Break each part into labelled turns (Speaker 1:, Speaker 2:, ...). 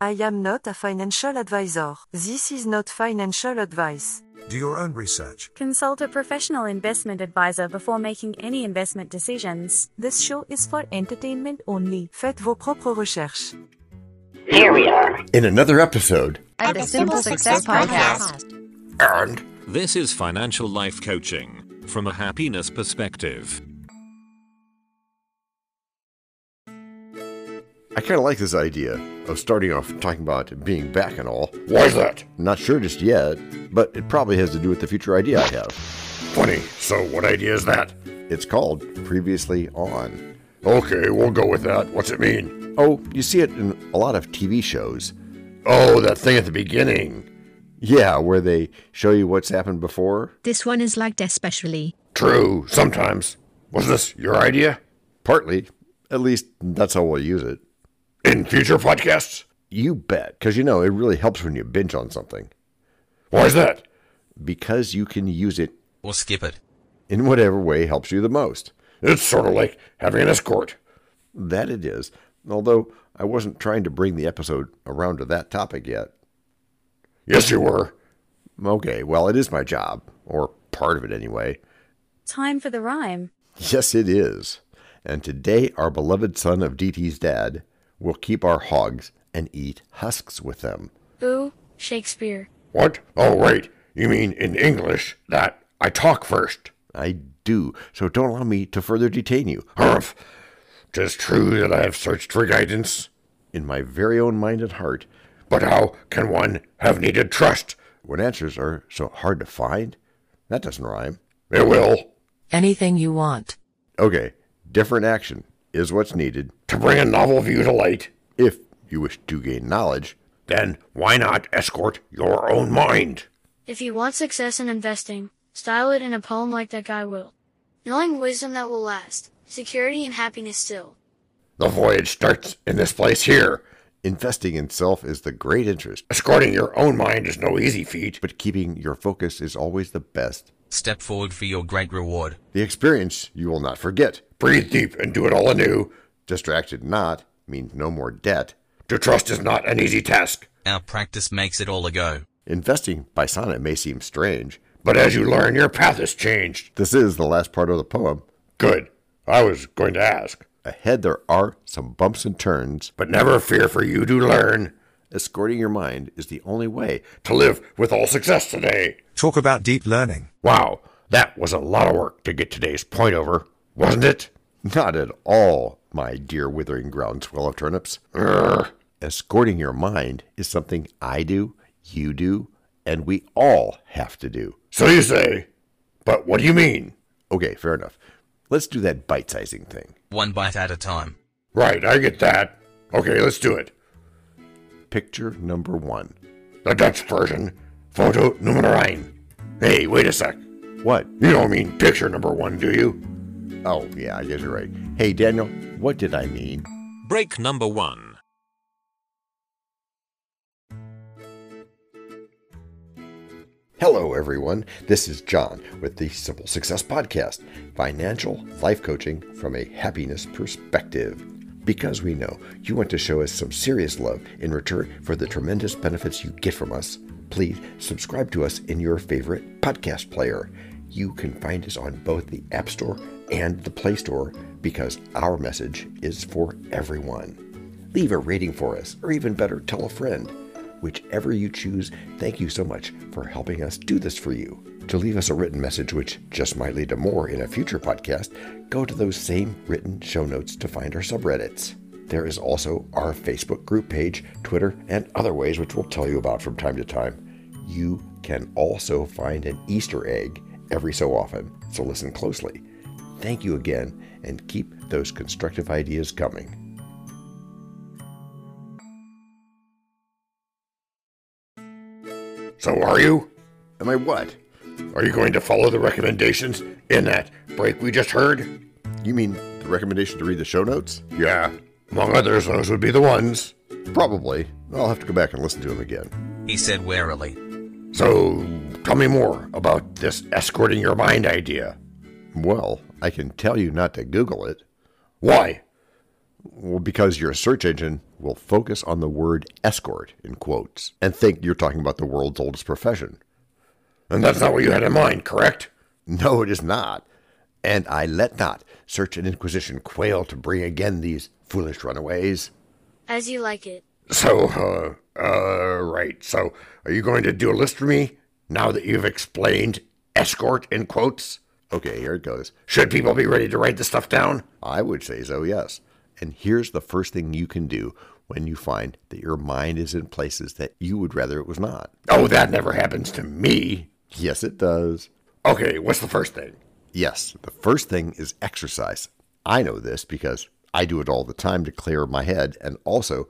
Speaker 1: I am not a financial advisor. This is not financial advice.
Speaker 2: Do your own research.
Speaker 3: Consult a professional investment advisor before making any investment decisions.
Speaker 4: This show is for entertainment only.
Speaker 1: Faites vos propres recherches.
Speaker 5: Here we are.
Speaker 6: in another episode.
Speaker 7: at the Simple Success Podcast.
Speaker 6: And
Speaker 8: This is financial life coaching from a happiness perspective.
Speaker 6: I kind of like this idea of starting off talking about being back and all. Why is that? Not sure just yet, but it probably has to do with the future idea I have. Funny. So, what idea is that? It's called Previously On. Okay, we'll go with that. What's it mean? Oh, you see it in a lot of TV shows. Oh, that thing at the beginning. Yeah, where they show you what's happened before.
Speaker 7: This one is liked especially.
Speaker 6: True, sometimes. Was this your idea? Partly. At least that's how we'll use it. In future podcasts? You bet, because you know it really helps when you binge on something. Why is that? Because you can use it
Speaker 9: or skip it.
Speaker 6: in whatever way helps you the most.
Speaker 10: It's sort of like having an escort.
Speaker 6: That it is, although I wasn't trying to bring the episode around to that topic yet.
Speaker 10: Yes, you were.
Speaker 6: Okay, well, it is my job, or part of it anyway.
Speaker 3: Time for the rhyme.
Speaker 6: Yes, it is. And today, our beloved son of DT's dad will keep our hogs and eat husks with them.
Speaker 11: Boo, Shakespeare.
Speaker 10: What? Oh, right. You mean in English that I talk first.
Speaker 6: I do, so don't allow me to further detain you.
Speaker 10: Humph. Tis true that I have searched for guidance,
Speaker 6: In my very own mind and heart,
Speaker 10: but how can one have needed trust?
Speaker 6: when answers are so hard to find, that doesn't rhyme.
Speaker 10: It will.
Speaker 4: Anything you want.
Speaker 6: Okay, different action is what's needed
Speaker 10: To bring a novel view to light,
Speaker 6: if you wish to gain knowledge.
Speaker 10: then why not escort your own mind?
Speaker 11: If you want success in investing, style it in a poem like that guy will. Knowing wisdom that will last, security and happiness still.
Speaker 10: The voyage starts in this place here.
Speaker 6: Investing in self is the great interest,
Speaker 10: Escorting your own mind is no easy feat.
Speaker 6: but keeping your focus is always the best.
Speaker 9: Step forward for your great reward.
Speaker 6: The experience you will not forget.
Speaker 10: Breathe deep and do it all anew.
Speaker 6: Distracted not means no more debt.
Speaker 10: To trust is not an easy task,
Speaker 9: Our practice makes it all a go.
Speaker 6: Investing by sonnet may seem strange.
Speaker 10: but as you learn, your path is changed.
Speaker 6: This is the last part of the poem.
Speaker 10: Good. I was going to ask.
Speaker 6: Ahead there are some bumps and turns.
Speaker 10: But never fear, for you do learn
Speaker 6: Escorting your mind is the only way.
Speaker 10: to live with all success today.
Speaker 2: Talk about deep learning.
Speaker 10: Wow, that was a lot of work to get today's point over, wasn't it?
Speaker 6: Not at all, my dear withering groundswell of turnips.
Speaker 10: Urgh.
Speaker 6: Escorting your mind is something I do, you do, and we all have to do.
Speaker 10: So you say. But what do you mean?
Speaker 6: Okay, fair enough. Let's do that bite sizing thing.
Speaker 9: One bite at a time.
Speaker 10: Right, I get that. Okay, let's do it.
Speaker 6: Picture number one.
Speaker 10: The Dutch version. Photo nummer nine. Hey, wait a sec.
Speaker 6: What?
Speaker 10: You don't mean picture number one, do you?
Speaker 6: Oh, yeah, I guess you're right. Hey, Daniel, what did I mean?
Speaker 8: Break number one.
Speaker 6: Hello, everyone. This is John with the Simple Success Podcast, financial life coaching from a happiness perspective. Because we know you want to show us some serious love in return for the tremendous benefits you get from us, please subscribe to us in your favorite podcast player. You can find us on both the App Store and the Play Store because our message is for everyone leave a rating for us, or even better, tell a friend. Whichever you choose, thank you so much for helping us do this for you. To leave us a written message, which just might lead to more in a future podcast, go to those same written show notes to find our subreddits. There is also our Facebook group page, Twitter, and other ways which we'll tell you about from time to time. You can also find an Easter egg every so often, so listen closely. Thank you again, and keep those constructive ideas coming.
Speaker 10: So are you?
Speaker 6: Am I what?
Speaker 10: Are you going to follow the recommendations in that break we just heard?
Speaker 6: You mean the recommendation to read the show notes?
Speaker 10: Yeah, among others, those would be the ones.
Speaker 6: Probably. I'll have to go back and listen to them again.
Speaker 9: He said warily.
Speaker 10: So, tell me more about this escorting your mind idea.
Speaker 6: Well, I can tell you not to Google it.
Speaker 10: Why?
Speaker 6: Well, because your search engine will focus on the word escort in quotes and think you're talking about the world's oldest profession.
Speaker 10: And that's not what you had in mind, correct?
Speaker 6: No, it is not. And I let not search and inquisition quail to bring again these foolish runaways.
Speaker 11: As you like it.
Speaker 10: So, uh, uh, right. So, are you going to do a list for me now that you've explained escort in quotes?
Speaker 6: Okay, here it goes.
Speaker 10: Should people be ready to write this stuff down?
Speaker 6: I would say so, yes. And here's the first thing you can do when you find that your mind is in places that you would rather it was not.
Speaker 10: Oh, that never happens to me.
Speaker 6: Yes, it does.
Speaker 10: Okay, what's the first thing?
Speaker 6: Yes, the first thing is exercise. I know this because I do it all the time to clear my head and also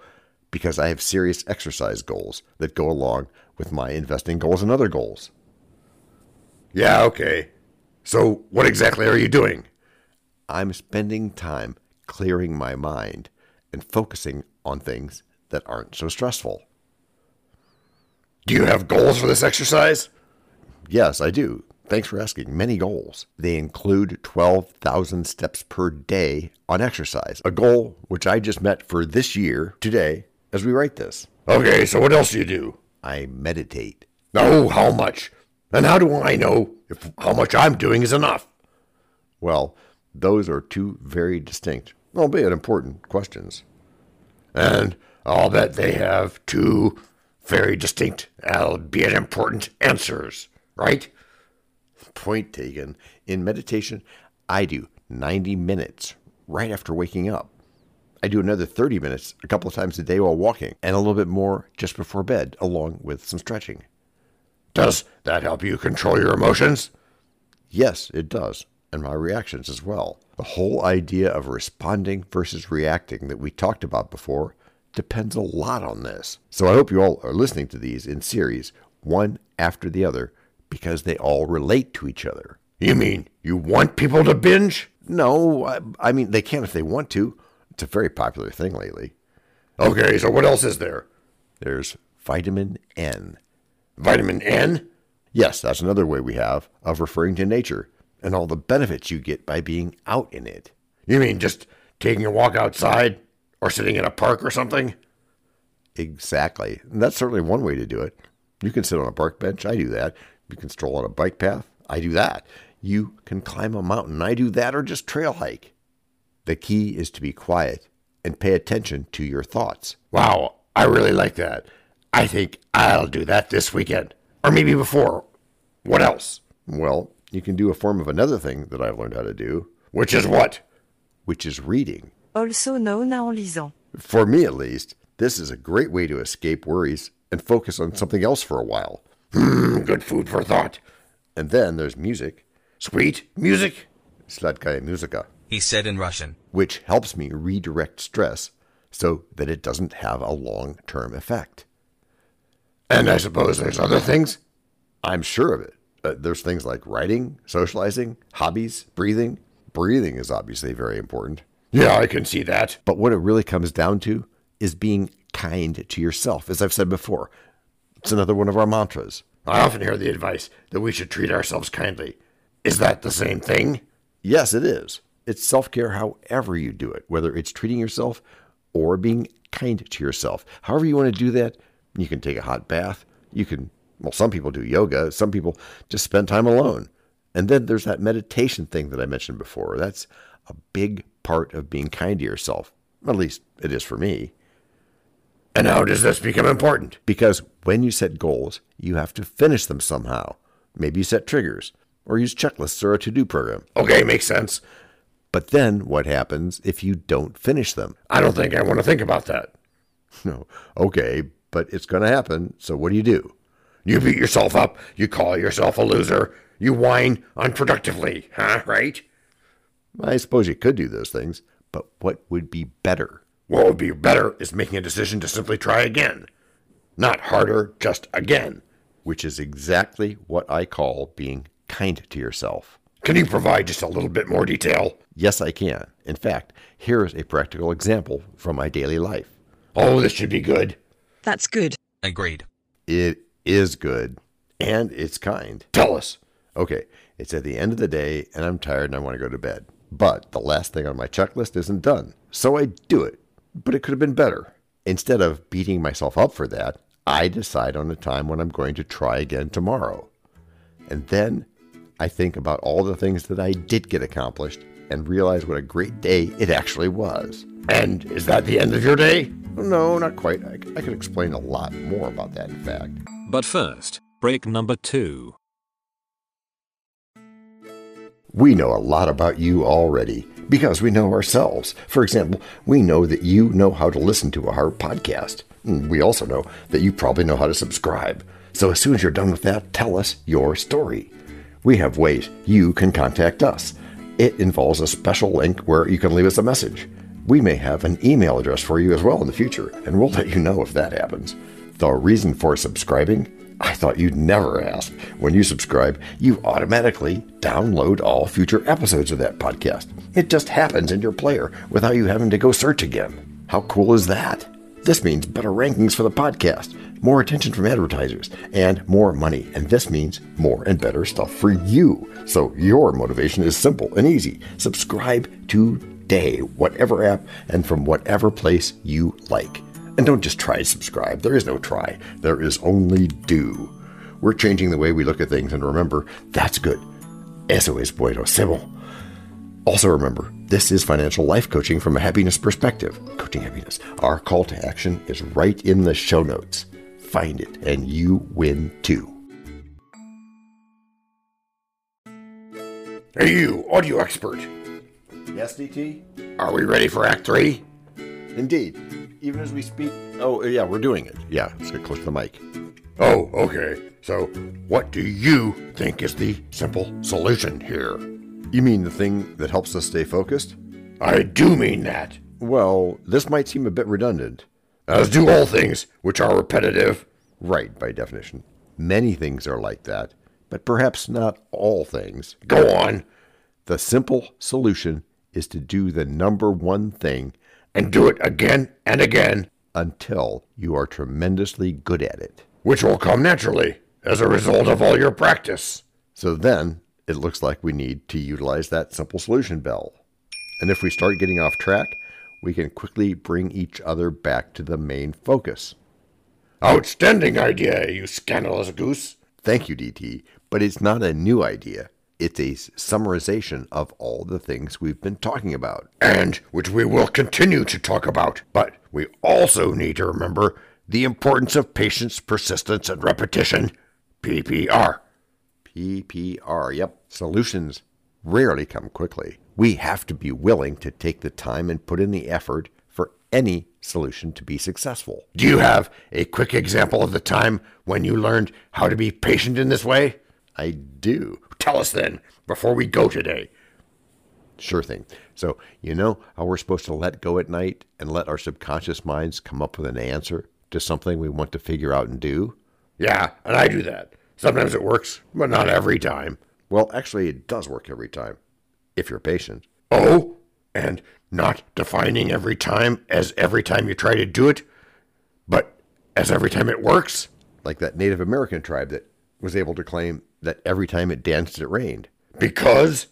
Speaker 6: because I have serious exercise goals that go along with my investing goals and other goals.
Speaker 10: Yeah, okay. So, what exactly are you doing?
Speaker 6: I'm spending time clearing my mind and focusing on things that aren't so stressful.
Speaker 10: Do you have goals for this exercise?
Speaker 6: Yes, I do. Thanks for asking. Many goals. They include 12,000 steps per day on exercise, a goal which I just met for this year today as we write this.
Speaker 10: Okay, so what else do you do?
Speaker 6: I meditate.
Speaker 10: Oh, how much? And how do I know if how much I'm doing is enough?
Speaker 6: Well, those are two very distinct, albeit important, questions.
Speaker 10: And I'll bet they have two very distinct, albeit important, answers, right?
Speaker 6: Point taken. In meditation, I do 90 minutes right after waking up. I do another 30 minutes a couple of times a day while walking, and a little bit more just before bed, along with some stretching.
Speaker 10: Does that help you control your emotions?
Speaker 6: Yes, it does and my reactions as well. The whole idea of responding versus reacting that we talked about before depends a lot on this. So I hope you all are listening to these in series, one after the other, because they all relate to each other.
Speaker 10: You mean you want people to binge?
Speaker 6: No, I, I mean they can if they want to. It's a very popular thing lately.
Speaker 10: Okay, so what else is there?
Speaker 6: There's vitamin N.
Speaker 10: Vitamin N?
Speaker 6: Yes, that's another way we have of referring to nature and all the benefits you get by being out in it.
Speaker 10: You mean just taking a walk outside or sitting in a park or something?
Speaker 6: Exactly. And that's certainly one way to do it. You can sit on a park bench. I do that. You can stroll on a bike path. I do that. You can climb a mountain. I do that or just trail hike. The key is to be quiet and pay attention to your thoughts.
Speaker 10: Wow, I really like that. I think I'll do that this weekend or maybe before. What else?
Speaker 6: Well, you can do a form of another thing that I've learned how to do.
Speaker 10: Which is what?
Speaker 6: Which is reading.
Speaker 1: Also known en lisant.
Speaker 6: For me, at least, this is a great way to escape worries and focus on something else for a while.
Speaker 10: Hmm, good food for thought.
Speaker 6: And then there's music.
Speaker 10: Sweet music?
Speaker 6: Sladkaya muzika.
Speaker 9: He said in Russian.
Speaker 6: Which helps me redirect stress so that it doesn't have a long term effect.
Speaker 10: And I suppose there's other things?
Speaker 6: I'm sure of it. Uh, there's things like writing, socializing, hobbies, breathing. Breathing is obviously very important.
Speaker 10: Yeah, I can see that.
Speaker 6: But what it really comes down to is being kind to yourself, as I've said before. It's another one of our mantras.
Speaker 10: I often hear the advice that we should treat ourselves kindly. Is that the same thing?
Speaker 6: Yes, it is. It's self care however you do it, whether it's treating yourself or being kind to yourself. However, you want to do that, you can take a hot bath, you can well, some people do yoga, some people just spend time alone. And then there's that meditation thing that I mentioned before. That's a big part of being kind to yourself. At least it is for me.
Speaker 10: And how does this become important?
Speaker 6: Because when you set goals, you have to finish them somehow. Maybe you set triggers or use checklists or a to do program.
Speaker 10: Okay, makes sense.
Speaker 6: But then what happens if you don't finish them?
Speaker 10: I don't think I want to think about that.
Speaker 6: No. Okay, but it's going to happen. So what do you do?
Speaker 10: You beat yourself up. You call yourself a loser. You whine unproductively, huh? Right?
Speaker 6: I suppose you could do those things, but what would be better?
Speaker 10: What would be better is making a decision to simply try again. Not harder, just again.
Speaker 6: Which is exactly what I call being kind to yourself.
Speaker 10: Can you provide just a little bit more detail?
Speaker 6: Yes, I can. In fact, here is a practical example from my daily life.
Speaker 10: Oh, this should be good.
Speaker 4: That's good.
Speaker 9: Agreed.
Speaker 6: It is good and it's kind.
Speaker 10: Tell us.
Speaker 6: Okay, it's at the end of the day and I'm tired and I want to go to bed. But the last thing on my checklist isn't done, so I do it. But it could have been better. Instead of beating myself up for that, I decide on a time when I'm going to try again tomorrow. And then I think about all the things that I did get accomplished and realize what a great day it actually was.
Speaker 10: And is that the end of your day?
Speaker 6: No, not quite. I, I could explain a lot more about that, in fact.
Speaker 8: But first, break number two.
Speaker 6: We know a lot about you already because we know ourselves. For example, we know that you know how to listen to our podcast. And We also know that you probably know how to subscribe. So as soon as you're done with that, tell us your story. We have ways you can contact us. It involves a special link where you can leave us a message. We may have an email address for you as well in the future, and we'll let you know if that happens. The reason for subscribing? I thought you'd never ask. When you subscribe, you automatically download all future episodes of that podcast. It just happens in your player without you having to go search again. How cool is that? This means better rankings for the podcast, more attention from advertisers, and more money. And this means more and better stuff for you. So your motivation is simple and easy. Subscribe today, whatever app and from whatever place you like. And don't just try to subscribe. There is no try, there is only do. We're changing the way we look at things, and remember, that's good. Eso es bueno, Sybil. Also, remember, this is financial life coaching from a happiness perspective. Coaching happiness. Our call to action is right in the show notes. Find it, and you win too.
Speaker 10: Hey, you, audio expert.
Speaker 6: Yes, DT?
Speaker 10: Are we ready for Act 3?
Speaker 6: Indeed. Even as we speak. Oh, yeah, we're doing it. Yeah, let's get close to the mic.
Speaker 10: Oh, okay. So, what do you think is the simple solution here?
Speaker 6: You mean the thing that helps us stay focused?
Speaker 10: I do mean that,
Speaker 6: Well, this might seem a bit redundant.
Speaker 10: as do all things which are repetitive.
Speaker 6: Right, by definition. Many things are like that, but perhaps not all things.
Speaker 10: Go on
Speaker 6: The simple solution is to do the number one thing
Speaker 10: and do it again and again,
Speaker 6: until you are tremendously good at it.
Speaker 10: which will come naturally as a result of all your practice.
Speaker 6: So then it looks like we need to utilize that simple solution bell. And if we start getting off track, we can quickly bring each other back to the main focus.
Speaker 10: Outstanding idea, you scandalous goose.
Speaker 6: Thank you, DT, but it's not a new idea. It's a s- summarization of all the things we've been talking about.
Speaker 10: and which we will continue to talk about. But we also need to remember the importance of patience, persistence, and repetition PPR.
Speaker 6: PPR. Yep. Solutions rarely come quickly. We have to be willing to take the time and put in the effort for any solution to be successful.
Speaker 10: Do you have a quick example of the time when you learned how to be patient in this way?
Speaker 6: I do.
Speaker 10: Tell us then, before we go today.
Speaker 6: Sure thing. So, you know how we're supposed to let go at night and let our subconscious minds come up with an answer to something we want to figure out and do?
Speaker 10: Yeah, and I do that. Sometimes it works, but not every time.
Speaker 6: Well, actually, it does work every time, if you're patient.
Speaker 10: Oh, and not defining every time as every time you try to do it, but as every time it works?
Speaker 6: Like that Native American tribe that was able to claim that every time it danced, it rained.
Speaker 10: Because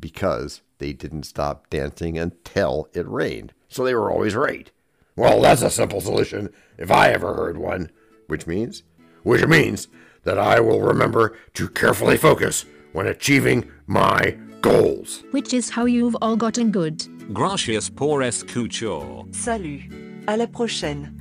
Speaker 6: because they didn't stop dancing until it rained.
Speaker 10: so they were always right. Well, that's a simple solution, if I ever heard one.
Speaker 6: Which means,
Speaker 10: Which means that I will remember to carefully focus when achieving my goals.
Speaker 7: which is how you've all gotten good.
Speaker 8: Gracias por escuchar.
Speaker 1: Salut. À la prochaine.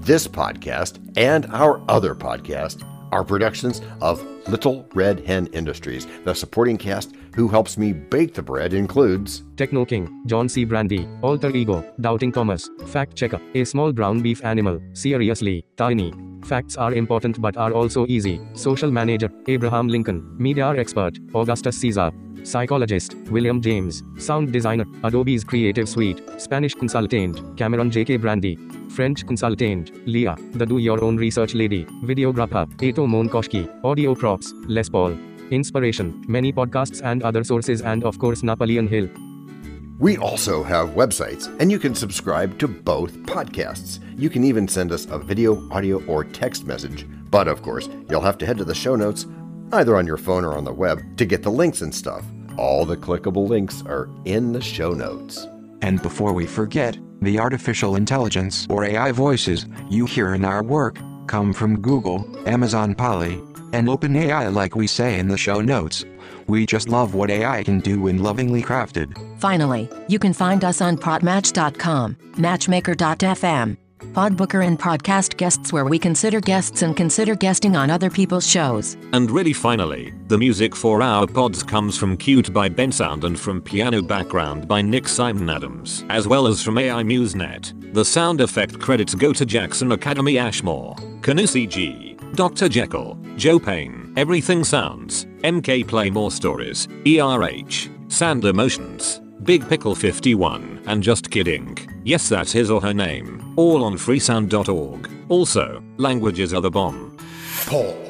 Speaker 6: this podcast and our other podcast are productions of Little Red Hen Industries. The supporting cast who helps me bake the bread includes
Speaker 12: Techno King, John C. Brandy, Alter Ego, Doubting Thomas, Fact Checker, a small brown beef animal, seriously, tiny. Facts are important but are also easy. Social manager, Abraham Lincoln, media expert, Augustus Caesar, psychologist, William James, sound designer, Adobe's Creative Suite, Spanish consultant, Cameron J.K. Brandy, French consultant, Leah, the do your own research lady, videographer, Eto Monkoshki, audio props, Les Paul. Inspiration, many podcasts and other sources, and of course, Napoleon Hill.
Speaker 6: We also have websites, and you can subscribe to both podcasts. You can even send us a video, audio, or text message. But of course, you'll have to head to the show notes, either on your phone or on the web, to get the links and stuff. All the clickable links are in the show notes.
Speaker 13: And before we forget, the artificial intelligence or AI voices you hear in our work come from Google, Amazon Polly, and OpenAI, like we say in the show notes. We just love what AI can do when lovingly crafted.
Speaker 12: Finally, you can find us on podmatch.com, matchmaker.fm, Podbooker, and podcast guests, where we consider guests and consider guesting on other people's shows.
Speaker 8: And really finally, the music for our pods comes from Cute by Ben Sound and from Piano Background by Nick Simon Adams, as well as from AI MuseNet. The sound effect credits go to Jackson Academy Ashmore, Canusi G, Dr. Jekyll, Joe Payne, Everything Sounds, MK Play More Stories, ERH, Sand Emotions, Big Pickle 51, and Just Kidding. Yes, that's his or her name. All on freesound.org. Also, languages are the bomb.
Speaker 14: Paul